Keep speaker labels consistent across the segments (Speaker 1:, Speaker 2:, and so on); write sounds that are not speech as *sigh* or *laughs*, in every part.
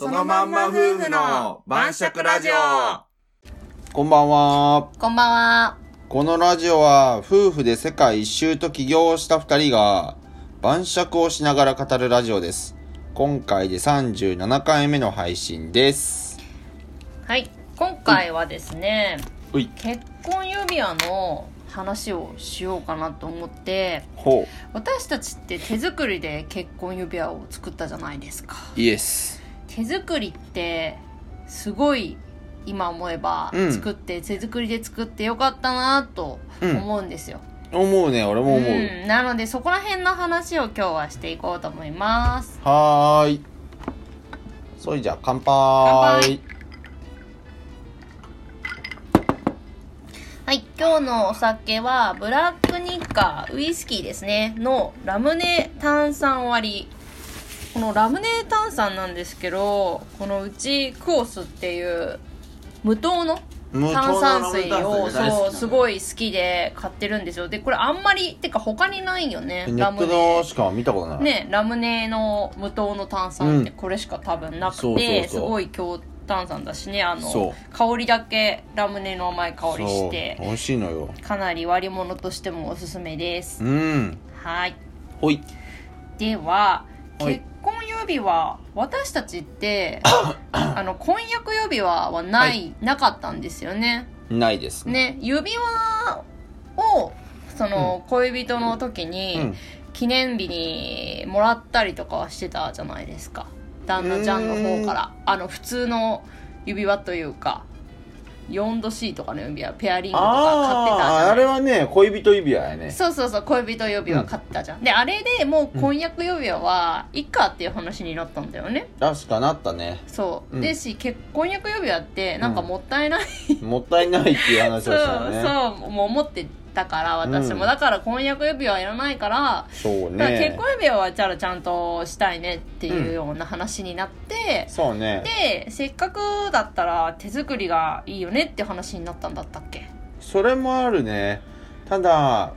Speaker 1: のまんま夫婦の晩酌ラジオこんばんは。
Speaker 2: こんばんは。
Speaker 1: このラジオは夫婦で世界一周と起業をした二人が晩酌をしながら語るラジオです。今回で37回目の配信です。
Speaker 2: はい。今回はですね、
Speaker 1: うい。
Speaker 2: 結婚指輪の話をしようかなと思って、
Speaker 1: ほ
Speaker 2: 私たちって手作りで結婚指輪を作ったじゃないですか。
Speaker 1: う。イエス。
Speaker 2: 手作りって、すごい今思えば
Speaker 1: うん
Speaker 2: 作って、手作りで作ってよかったなと思うんですよ。
Speaker 1: 思うね、俺も思う。
Speaker 2: うんなのでそこら辺の話を今日はしていこうと思います。
Speaker 1: はーい。それじゃあ乾杯。
Speaker 2: 杯はい、今日のお酒はブラックニッカーウイスキーですねのラムネ炭酸割りこのラムネ炭酸なんですけどこのうちクオスっていう無糖の
Speaker 1: 無
Speaker 2: 炭
Speaker 1: 糖の
Speaker 2: 酸水
Speaker 1: ラム
Speaker 2: を
Speaker 1: ネ炭酸ね大好き
Speaker 2: そうすご
Speaker 1: い。
Speaker 2: い好きで買ってるんですよでこれあんまりてか他にないよね
Speaker 1: ネ
Speaker 2: ラ
Speaker 1: ット
Speaker 2: ムネ
Speaker 1: のしか見たことない。
Speaker 2: ねラムネの無糖の炭酸って
Speaker 1: うん
Speaker 2: これしか多分なくて、
Speaker 1: そうそうそう
Speaker 2: すごい強炭酸だしねあ
Speaker 1: そ
Speaker 2: の香りだけラムネの甘い香りして
Speaker 1: そう美味しいのよ。
Speaker 2: かなり割り物としてもおすすめで
Speaker 1: う
Speaker 2: す
Speaker 1: ん。
Speaker 2: はい
Speaker 1: ほい。
Speaker 2: では
Speaker 1: はい
Speaker 2: 結婚指輪私たちって *coughs* あの婚約指輪はない、
Speaker 1: は
Speaker 2: なかったんですよね
Speaker 1: ないですね。
Speaker 2: ね指輪をその、恋人の時
Speaker 1: う
Speaker 2: に、
Speaker 1: ん
Speaker 2: 記念日にもらったりとかはしてたじゃないですか旦那ちゃんの方からあの普通の指輪というか 4°C とかの指輪ペアリングとか買ってたじゃ
Speaker 1: あ
Speaker 2: な
Speaker 1: あ、
Speaker 2: い
Speaker 1: あれはね、恋人指輪やね。
Speaker 2: そうそうそう恋人指輪買ったじゃん、であれでもう婚約指輪はいいかっていう話になったんだよね
Speaker 1: 確かなったね。
Speaker 2: そう、
Speaker 1: うん
Speaker 2: でし結婚約指輪ってなんかもったいない、
Speaker 1: もったいないっていう話
Speaker 2: そ
Speaker 1: を
Speaker 2: う
Speaker 1: したよね。
Speaker 2: そうもう思ってたから私も、
Speaker 1: うん
Speaker 2: だから婚約指輪はいらないから
Speaker 1: そう
Speaker 2: だから
Speaker 1: ね。
Speaker 2: 結婚指輪はじゃあちゃんとしたいねっていうような話になって、
Speaker 1: そうね。
Speaker 2: でせっかくだったら手作りがいいよねって話になったんだったっけ
Speaker 1: それもあるね。ただ、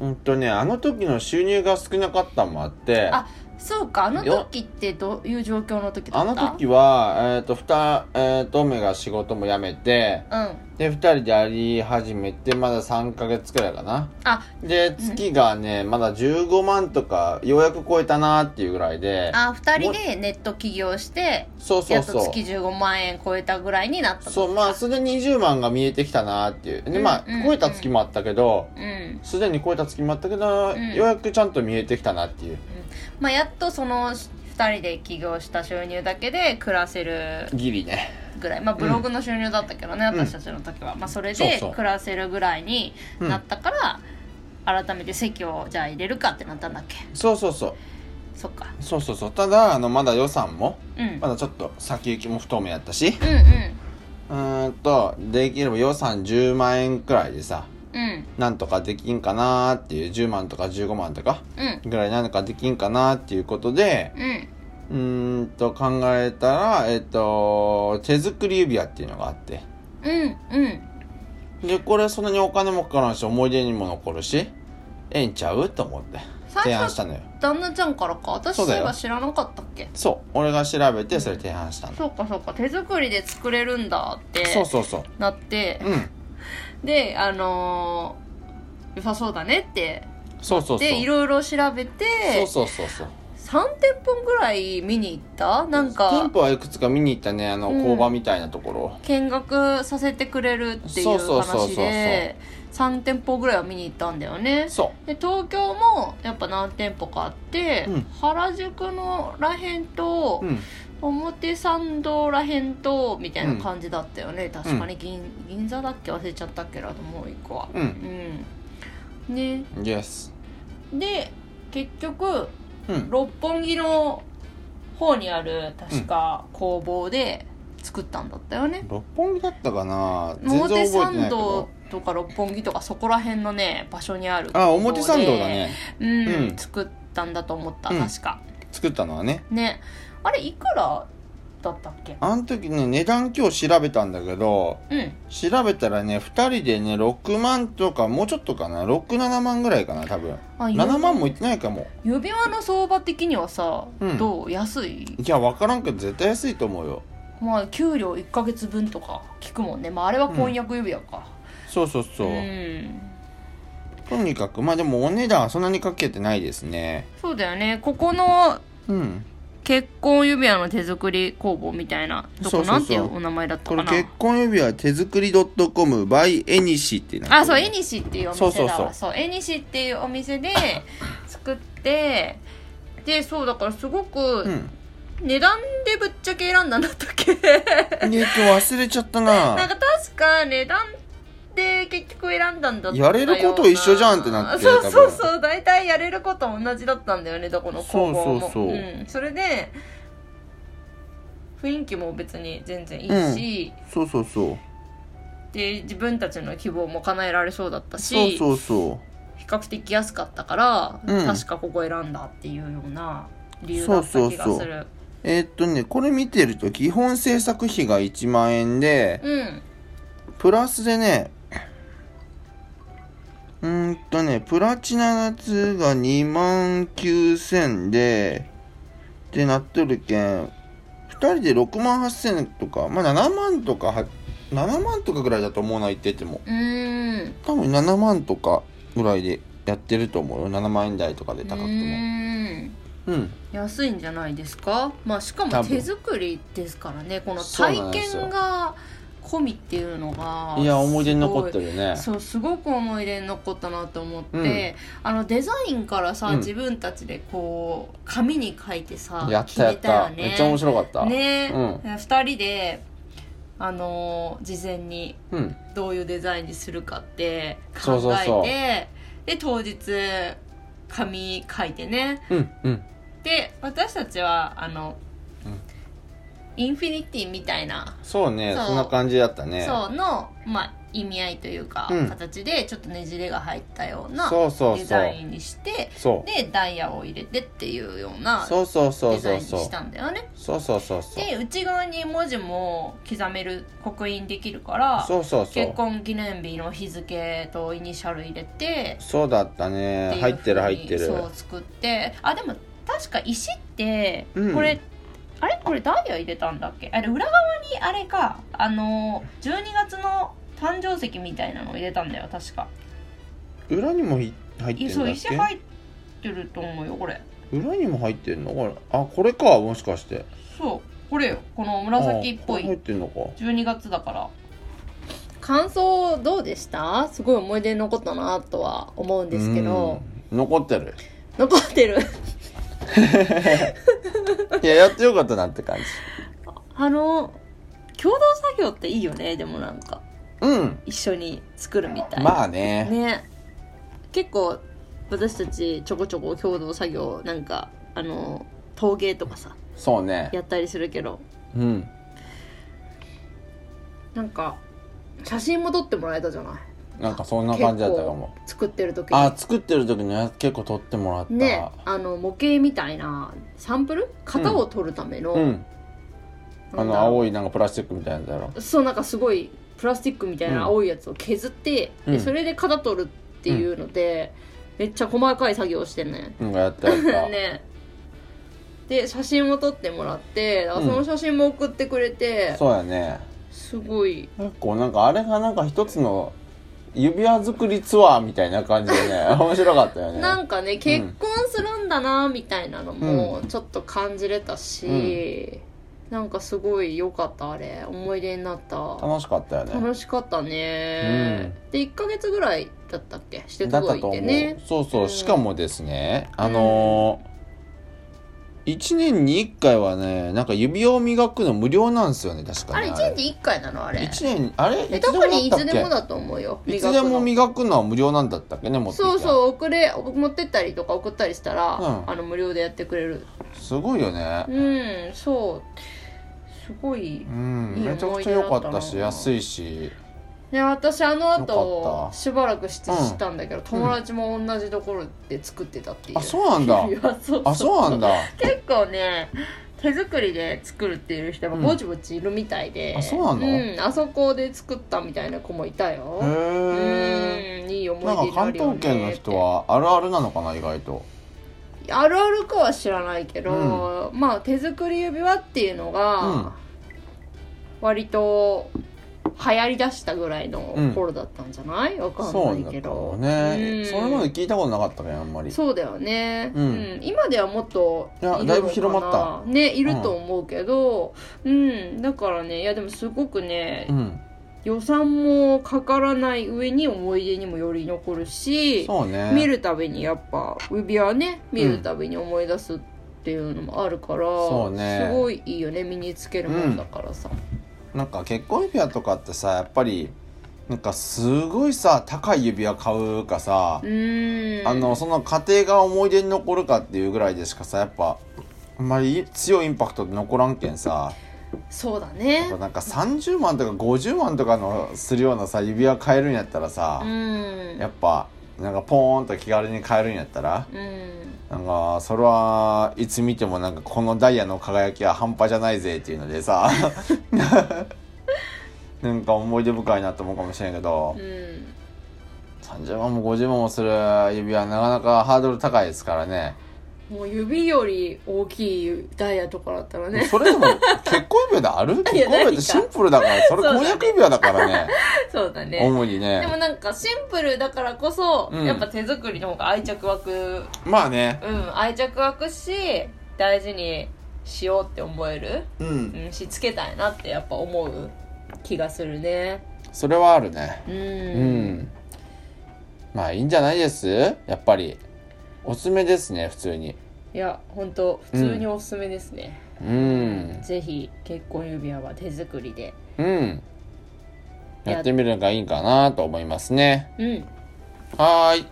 Speaker 1: うんとね、あの時の収入が少なかったのもあって、
Speaker 2: あそうかあの時ってどういう状況の時だ
Speaker 1: あ
Speaker 2: った
Speaker 1: の時は、えっ、と、ふた、えっ、と、梅が仕事も辞めて、
Speaker 2: うん
Speaker 1: で、二人でやり始めて、まだ3ヶ月くらいかな。
Speaker 2: あ
Speaker 1: で、月がね、まだ15万とか、ようやく超えたなっていうぐらいで、
Speaker 2: あ2人でネット起業して
Speaker 1: そうそ
Speaker 2: や
Speaker 1: う
Speaker 2: っと
Speaker 1: そ
Speaker 2: 月15万円超えたぐらいになっ
Speaker 1: う。
Speaker 2: たと
Speaker 1: そう、まあ、すでに20万が見えてきたなっていう。で、まあ
Speaker 2: うんうんう、ん
Speaker 1: 超えた月もあったけど、
Speaker 2: うん
Speaker 1: すでに超えた月もあったけど、
Speaker 2: うん
Speaker 1: ようやくちゃんと見えてきたなっていう。
Speaker 2: まあやっとその2人で起業した収入だけで暮らせる
Speaker 1: ギリね。
Speaker 2: ぐらいまあブログの収入だったけどね、
Speaker 1: うん
Speaker 2: 私たちの時は、まあ、それ
Speaker 1: そう
Speaker 2: で
Speaker 1: そう
Speaker 2: 暮らせるぐらいになったから、改めて席をじゃあ入れるかってなったんだっけ
Speaker 1: そうそうそう。
Speaker 2: そっか
Speaker 1: そうそうそう。ただ、あの、まだ予算も、
Speaker 2: うん、うん
Speaker 1: まだちょっと先行きも不透明やったし、
Speaker 2: うん
Speaker 1: うーんと、できれば予算10万円くらいでさ、
Speaker 2: うん
Speaker 1: なんとかできんかなーっていう、10万とか15万とか、
Speaker 2: うん
Speaker 1: ぐらいなんかできんかなーっていうことで、
Speaker 2: うん
Speaker 1: うーんと考えたら、えっと、手作り指輪っていうのがあって。
Speaker 2: うんうん
Speaker 1: で、これそんなにお金もかからんし、思い出にも残るし、ええんちゃうと思って、提案したのよ。
Speaker 2: 旦那ちゃんからか私
Speaker 1: そう
Speaker 2: そう
Speaker 1: だ
Speaker 2: いえ
Speaker 1: よ
Speaker 2: ば知らなかったっけ
Speaker 1: そう、俺が調べてそれ提案したの。
Speaker 2: そうかそうか手作りで作れるんだって
Speaker 1: そうそうそう。
Speaker 2: なって
Speaker 1: うん。
Speaker 2: であのー良さそうだねって
Speaker 1: そうそうそう。
Speaker 2: でいろいろ調べて
Speaker 1: そうそうそうそう。
Speaker 2: 3店舗ぐらい見に行ったなん
Speaker 1: 店
Speaker 2: か
Speaker 1: 舗はいくつか見に行ったね、あの、
Speaker 2: うん
Speaker 1: 工場みたいなところ。
Speaker 2: 見学させてくれるってい
Speaker 1: そううそうそうそう
Speaker 2: 話で3店舗ぐらいは見に行ったんだよね
Speaker 1: そ
Speaker 2: で東京もやっぱ何店舗かあって、
Speaker 1: うん
Speaker 2: 原宿のらへんと
Speaker 1: う。、うん。
Speaker 2: 表参道らへんとみたいな感じだったよね、確かに銀銀座だっけ忘れちゃったっけなともう一個は
Speaker 1: うん。
Speaker 2: うんね
Speaker 1: イエス。
Speaker 2: で結局
Speaker 1: うん。
Speaker 2: 六本木の方にある確か工房で作ったんだったよね、
Speaker 1: 六本木だったかな全然
Speaker 2: 表
Speaker 1: 覚えてないけ
Speaker 2: 参道
Speaker 1: ど。
Speaker 2: とか六本木とかそこら辺のね場所にある
Speaker 1: あ、表参道だね。
Speaker 2: うん、
Speaker 1: うん
Speaker 2: 作ったんだと思った
Speaker 1: うん
Speaker 2: 確か、
Speaker 1: 作ったのはね。
Speaker 2: ねあれいくらだったっけ
Speaker 1: あの時ね値段今日調べたんだけど
Speaker 2: うん
Speaker 1: 調べたらね2人でね6万とかもうちょっとかな67万ぐらいかな多分
Speaker 2: あ
Speaker 1: 7万もいってないかも
Speaker 2: 指輪の相場的にはさ、
Speaker 1: うん
Speaker 2: どう安い
Speaker 1: いや分からんけど絶対安いと思うよ
Speaker 2: まあ給料1ヶ月分とか聞くもんねまああれは婚約指輪か
Speaker 1: そうそう
Speaker 2: う
Speaker 1: そう、
Speaker 2: ん、
Speaker 1: とにかくまあでもお値段はそんなにかけてないですね
Speaker 2: そうだよねここの
Speaker 1: うん
Speaker 2: 結婚指輪の手作り工房みたいなとこ
Speaker 1: そうそうそう
Speaker 2: なんていうお名前だった
Speaker 1: こ
Speaker 2: か
Speaker 1: れ
Speaker 2: な
Speaker 1: 結婚指輪手作り .com by エニシってなってる
Speaker 2: あそうエニシっていうお
Speaker 1: そう
Speaker 2: 店
Speaker 1: そ
Speaker 2: だ
Speaker 1: う
Speaker 2: わ
Speaker 1: そう
Speaker 2: そうエニシっていうお
Speaker 1: *laughs*
Speaker 2: 店で作ってでそうだからすご
Speaker 1: う
Speaker 2: く
Speaker 1: ん
Speaker 2: 値段でぶっちゃけ選んだんだったっけ
Speaker 1: ね今日忘れちゃった
Speaker 2: なん
Speaker 1: な
Speaker 2: か確か値段で結局選んだんだったような
Speaker 1: やれること一緒じゃんってなって
Speaker 2: そうそう
Speaker 1: 多
Speaker 2: そう大体やれること同じだったんだよねどこの高校も、
Speaker 1: そうそうそうん
Speaker 2: それで雰囲気も別に全然いいし、
Speaker 1: そうそうそう
Speaker 2: で自分たちの希望も叶えられそうだったし
Speaker 1: そうそうそ
Speaker 2: 比較的安かったから、
Speaker 1: うん
Speaker 2: 確かここ選んだっていうような理由だった
Speaker 1: そう
Speaker 2: 気
Speaker 1: そう
Speaker 2: が
Speaker 1: そう
Speaker 2: する
Speaker 1: うえーっとねこれ見てると基本制作費が1万円で
Speaker 2: うん
Speaker 1: プラスでねうーんとねプラチナの2が2万9000でってなっとるけん2人で6万8000とかまあ7万とかは7万とかぐらいだと思うな言ってても
Speaker 2: うーん
Speaker 1: 多分7万とかぐらいでやってると思うよ7万円台とかで高くても
Speaker 2: うーん
Speaker 1: うん
Speaker 2: 安いんじゃないですかまあしか
Speaker 1: 多
Speaker 2: も
Speaker 1: 分
Speaker 2: 手作りですからねこの
Speaker 1: そうなん
Speaker 2: 体
Speaker 1: ですよ
Speaker 2: 験が込みっていうのが
Speaker 1: いや思い出に残って
Speaker 2: る
Speaker 1: るよね
Speaker 2: そうすごく思い出に残ったなと思って、
Speaker 1: う
Speaker 2: あのデザインからさ、
Speaker 1: うん
Speaker 2: 自分たちでこう紙に書いてさ
Speaker 1: やったやっ
Speaker 2: 決めよ
Speaker 1: た
Speaker 2: ね
Speaker 1: めっちゃ面白かった
Speaker 2: ね、
Speaker 1: うん
Speaker 2: 2人であのー事前に
Speaker 1: うん
Speaker 2: どういうデザインにするかって考えて
Speaker 1: そうそうそう
Speaker 2: で当日紙書いてね
Speaker 1: うんうん
Speaker 2: で私たちはあの、
Speaker 1: うん
Speaker 2: インフィニティみたいな、
Speaker 1: そうね
Speaker 2: そう
Speaker 1: そんな感じだったね
Speaker 2: そうの、まあ、意味合いというか、
Speaker 1: うん
Speaker 2: 形でちょっとねじれが入ったような
Speaker 1: そうそう
Speaker 2: デ
Speaker 1: そ
Speaker 2: ザ
Speaker 1: う
Speaker 2: インにして
Speaker 1: そう
Speaker 2: でダイヤを入れてっていうような
Speaker 1: そうそうそう
Speaker 2: デザ
Speaker 1: そ
Speaker 2: イン
Speaker 1: う
Speaker 2: に
Speaker 1: そう
Speaker 2: したんだよね。
Speaker 1: そうそうそうそう
Speaker 2: で内側に文字も刻める刻印できるから
Speaker 1: そうそうそう
Speaker 2: 結婚記念日の日付とイニシャル入れて
Speaker 1: そうだったね
Speaker 2: っていう
Speaker 1: 入ってる
Speaker 2: 風
Speaker 1: 入
Speaker 2: に
Speaker 1: ってる
Speaker 2: そう作ってあでも確か石って
Speaker 1: うん
Speaker 2: これ、あれこれダイヤ入れたんだっけあれ裏側にあれかあの12月の誕生石みたいなのを入れたんだよ確か
Speaker 1: 裏にもい入って
Speaker 2: い
Speaker 1: る
Speaker 2: そ
Speaker 1: ん
Speaker 2: う
Speaker 1: だっ
Speaker 2: 石入
Speaker 1: け
Speaker 2: ってると思うよこれ
Speaker 1: 裏にも入ってるのこれあこれかもしかして
Speaker 2: そうこれよこの紫っぽ
Speaker 1: あこれ入
Speaker 2: い
Speaker 1: ってるのか
Speaker 2: 12月だから感想どうでしたすごい思い出に残ったなとは思うんですけど
Speaker 1: うん残ってる
Speaker 2: 残ってる *laughs*
Speaker 1: いややってよかったなって感じ
Speaker 2: あの共同作業っていいよねでもなんか
Speaker 1: うん
Speaker 2: 一緒に作るみたいな、
Speaker 1: まあね
Speaker 2: ね結構私たちちょこちょこ共同作業なんかあの陶芸とかさ
Speaker 1: そうね
Speaker 2: やったりするけど
Speaker 1: うん
Speaker 2: なんか写真も撮ってもらえたじゃない
Speaker 1: なんかそんな感じだったかも
Speaker 2: 結構作ってる時
Speaker 1: あ
Speaker 2: に
Speaker 1: 作ってる時には結構撮ってもらった、
Speaker 2: ねあの模型みたいなサンプル型を撮るための、
Speaker 1: うんあ
Speaker 2: なんだ
Speaker 1: の青いなんかプラスチックみたいなやつだろ
Speaker 2: そうなんかすごいプラスチックみたいな青いやつを削って、
Speaker 1: うん
Speaker 2: でそれで型取るっていうので、めっちゃ細かい作業してんね
Speaker 1: なんかやったやった、
Speaker 2: ねで写真を撮ってもらってだから
Speaker 1: うん
Speaker 2: その写真も送ってくれて、
Speaker 1: そうやね
Speaker 2: すごい
Speaker 1: 結構なんかあれがなんか一つの指輪作りツアーみたいな感じで
Speaker 2: *laughs*
Speaker 1: ね面白かったよね
Speaker 2: なんかね結婚するんだなみたいなのもちょっと感じれたし、なんかすごい良かったあれ思い出になった
Speaker 1: 楽しかったよね
Speaker 2: 楽しかったね、で1ヶ月ぐらいだったっけして
Speaker 1: だっ
Speaker 2: と
Speaker 1: た
Speaker 2: こ行
Speaker 1: と
Speaker 2: っ
Speaker 1: 思
Speaker 2: て
Speaker 1: う、
Speaker 2: ね
Speaker 1: そうそう、
Speaker 2: うん
Speaker 1: しかもですねあのー、1年に1回はねなんか指輪を磨くの無料なんですよね確か
Speaker 2: あれ
Speaker 1: に
Speaker 2: 1年に1回なのあれ
Speaker 1: 一年あれ
Speaker 2: え
Speaker 1: いつ
Speaker 2: 特にい
Speaker 1: だっ
Speaker 2: つ
Speaker 1: たっ
Speaker 2: で
Speaker 1: け
Speaker 2: もだと思うよ
Speaker 1: いつでも
Speaker 2: 磨くの
Speaker 1: 磨くのは無料なんだったっけね持ってきた
Speaker 2: そうそう送れ持ってったりとか送ったりしたら、
Speaker 1: うん
Speaker 2: あの無料でやってくれる
Speaker 1: すごいよね
Speaker 2: うんそうすごいうい
Speaker 1: ん
Speaker 2: い
Speaker 1: めちゃ
Speaker 2: 思
Speaker 1: く
Speaker 2: い
Speaker 1: ち
Speaker 2: 出
Speaker 1: ゃ
Speaker 2: だっ
Speaker 1: 良
Speaker 2: た
Speaker 1: か
Speaker 2: な
Speaker 1: ったし安いし
Speaker 2: で私あの
Speaker 1: よかっ
Speaker 2: 後
Speaker 1: た
Speaker 2: しばらくして
Speaker 1: うん
Speaker 2: 知ったんだけど、友達も同 *laughs* じところで作ってたっていう、
Speaker 1: あそうなんだ
Speaker 2: いやそうそう
Speaker 1: あそうなんだ
Speaker 2: 結構ね手作りで作るっていう人が
Speaker 1: うん
Speaker 2: ぼちぼちいるみたいで、
Speaker 1: あそうなの
Speaker 2: んあそこで作ったみたいな子もいたよ
Speaker 1: へえ
Speaker 2: うんいい思い出
Speaker 1: なんか
Speaker 2: にな
Speaker 1: 関
Speaker 2: るよ
Speaker 1: 東
Speaker 2: ね
Speaker 1: 圏の人はあるあるなのかな意外と
Speaker 2: あるあるかは知らないけど、まあ手作り指輪っていうの
Speaker 1: うん
Speaker 2: が割と流行りだしたぐらいの頃だったんじゃないわかん
Speaker 1: そう
Speaker 2: ない
Speaker 1: なん
Speaker 2: け
Speaker 1: だ
Speaker 2: ど
Speaker 1: ろうね
Speaker 2: うん
Speaker 1: それまで聞いたことなかったねあんまり
Speaker 2: そうだよね、
Speaker 1: うん
Speaker 2: 今ではもっと
Speaker 1: いや
Speaker 2: るのかな
Speaker 1: だいぶ広まった
Speaker 2: ねいると思うけどうん、だからねいやでもすごくね、
Speaker 1: うん
Speaker 2: 予算もかからない上に思い出にもより残るし、
Speaker 1: そうね
Speaker 2: 見るたびにやっぱ指輪ね見るたびに思い出すっていうのもあるから、
Speaker 1: そうね
Speaker 2: すごいいいよね身につけるもんだからさ、
Speaker 1: なんか結婚指輪とかってさやっぱりなんかすごいさ高い指輪買うかさ
Speaker 2: う、ーん
Speaker 1: あのその家庭が思い出に残るかっていうぐらいでしかさやっぱあんまり強いインパクトって残らんけんさ
Speaker 2: そうだね
Speaker 1: やっぱなんか30万とか50万とかのするようなさ指輪買えるんやったらさ
Speaker 2: う、ん
Speaker 1: やっぱなんかポーンと気軽に買えるんやったら
Speaker 2: うん
Speaker 1: なんかそれはいつ見てもなんかこのダイヤの輝きは半端じゃないぜっていうので
Speaker 2: *laughs*
Speaker 1: さなんか思い出深いなと思うかもしれんけど
Speaker 2: うん
Speaker 1: 30万も50万もする指輪なかなかハードル高いですからね
Speaker 2: もう指より大きいダイヤとかだったらね
Speaker 1: それでも結婚指輪である
Speaker 2: *laughs* いや
Speaker 1: 結婚指輪ってシンプルだからそれ
Speaker 2: そうだ
Speaker 1: 婚
Speaker 2: ね
Speaker 1: 約指輪だからね
Speaker 2: そうだ *laughs* ね
Speaker 1: 主に
Speaker 2: でも
Speaker 1: ね
Speaker 2: なんかシンプルだからこそ、
Speaker 1: うん
Speaker 2: やっぱ手作りの方が愛着湧く
Speaker 1: まあね
Speaker 2: うん愛着湧くし大事にしようって思える、
Speaker 1: うん
Speaker 2: うん、しつけたいなってやっぱ思う気がするね
Speaker 1: それはあるね
Speaker 2: うん、
Speaker 1: うんまあいいんじゃないですやっぱりおすすめですね普通に
Speaker 2: いや本当普通におすすめですね、
Speaker 1: うん
Speaker 2: ぜひ結婚指輪は手作りで
Speaker 1: うんやってみるのがいいかなと思いますね
Speaker 2: うん
Speaker 1: はーい、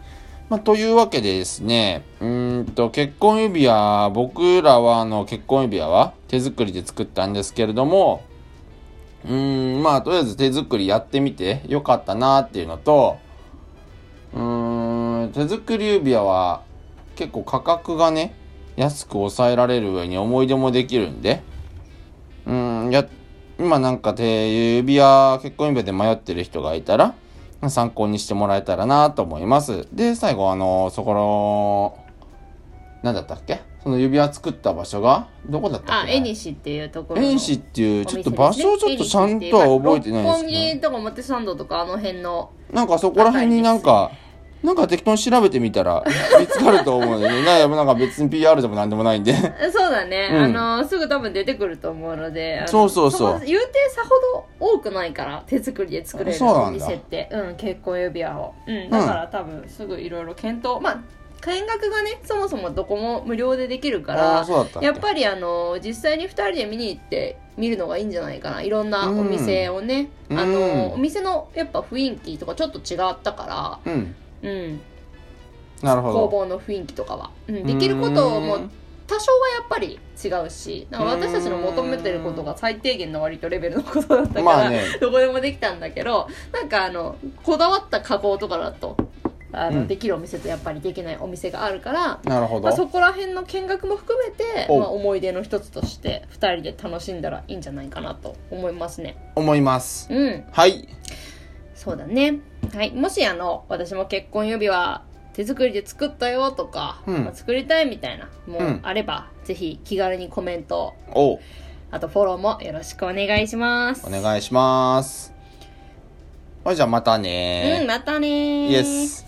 Speaker 1: まあ、というわけでですねうーんと結婚指輪僕らはあの結婚指輪は手作りで作ったんですけれどもうーんまあとりあえず手作りやってみてよかったなっていうのとうーん手作り指輪は結構価格がね安く抑えられる上に思い出もできるんでうーんや今なんか手指輪結婚指輪で迷ってる人がいたら参考にしてもらえたらなと思いますで最後あのそこの何だったっけその指輪作った場所がどこだったっ
Speaker 2: あ
Speaker 1: け
Speaker 2: えにしっていうところの
Speaker 1: 遠市っていう
Speaker 2: お
Speaker 1: ちょっ
Speaker 2: 店です
Speaker 1: と
Speaker 2: ね
Speaker 1: 場所をちょっとちゃんとは覚えてないんですけ
Speaker 2: 六
Speaker 1: ど
Speaker 2: 本木とか表参道とかあの辺の
Speaker 1: なんかそこら辺になんか、なんか適当に調べてみたら見つかると思うんでね。なんかなんか別に PR でもなんでもないんで。
Speaker 2: えそうだね、
Speaker 1: うん
Speaker 2: あのすぐ多分出てくると思うのであの
Speaker 1: そうそうそう
Speaker 2: こ言うてさほど多くないから手作りで作れ
Speaker 1: そ
Speaker 2: る
Speaker 1: うな
Speaker 2: お
Speaker 1: んだ
Speaker 2: 店ってうん結婚指輪を、うん、だから多分すぐいろいろ検討まあ見学がねそもそもどこも無料でできるか
Speaker 1: *laughs* ああ、
Speaker 2: ら
Speaker 1: そうだったっけ
Speaker 2: やっぱりあの実際に2人で見に行って見るのがいいんじゃないかないろんなお店をね、
Speaker 1: うん
Speaker 2: あ
Speaker 1: うん
Speaker 2: のお店のやっぱ雰囲気とかちょっと違ったか
Speaker 1: うん。
Speaker 2: ら、うん、
Speaker 1: なるほ
Speaker 2: 工
Speaker 1: ど。
Speaker 2: 房の雰囲気とかは、うん、できることをもう多少はやっぱり違うしなんか私たちの求めてることが最低限の割とレベルのことだったから、
Speaker 1: まあね
Speaker 2: *laughs* どこでもできたんだけどなんかあのこだわった加工とかだとあの、
Speaker 1: うん
Speaker 2: できるお店とやっぱりできないお店があるから、
Speaker 1: なるほ
Speaker 2: まあ、
Speaker 1: ど。
Speaker 2: そこら辺の見学も含めて、
Speaker 1: お
Speaker 2: まあ、思い出の一つとして2人で楽しんだらいいんじゃないかなと思いますね。
Speaker 1: 思います。
Speaker 2: うん
Speaker 1: はい。
Speaker 2: そうだね。はい。もしあの、私も結婚指輪手作りで作ったよとか、
Speaker 1: うん
Speaker 2: まあ作りたいみたいな、も
Speaker 1: うん
Speaker 2: うあれば、ぜひ気軽にコメント、
Speaker 1: おう
Speaker 2: あとフォローもよろしくお願いします。
Speaker 1: お願いします。はい、じゃあまたね
Speaker 2: うん、またねー。
Speaker 1: イエス。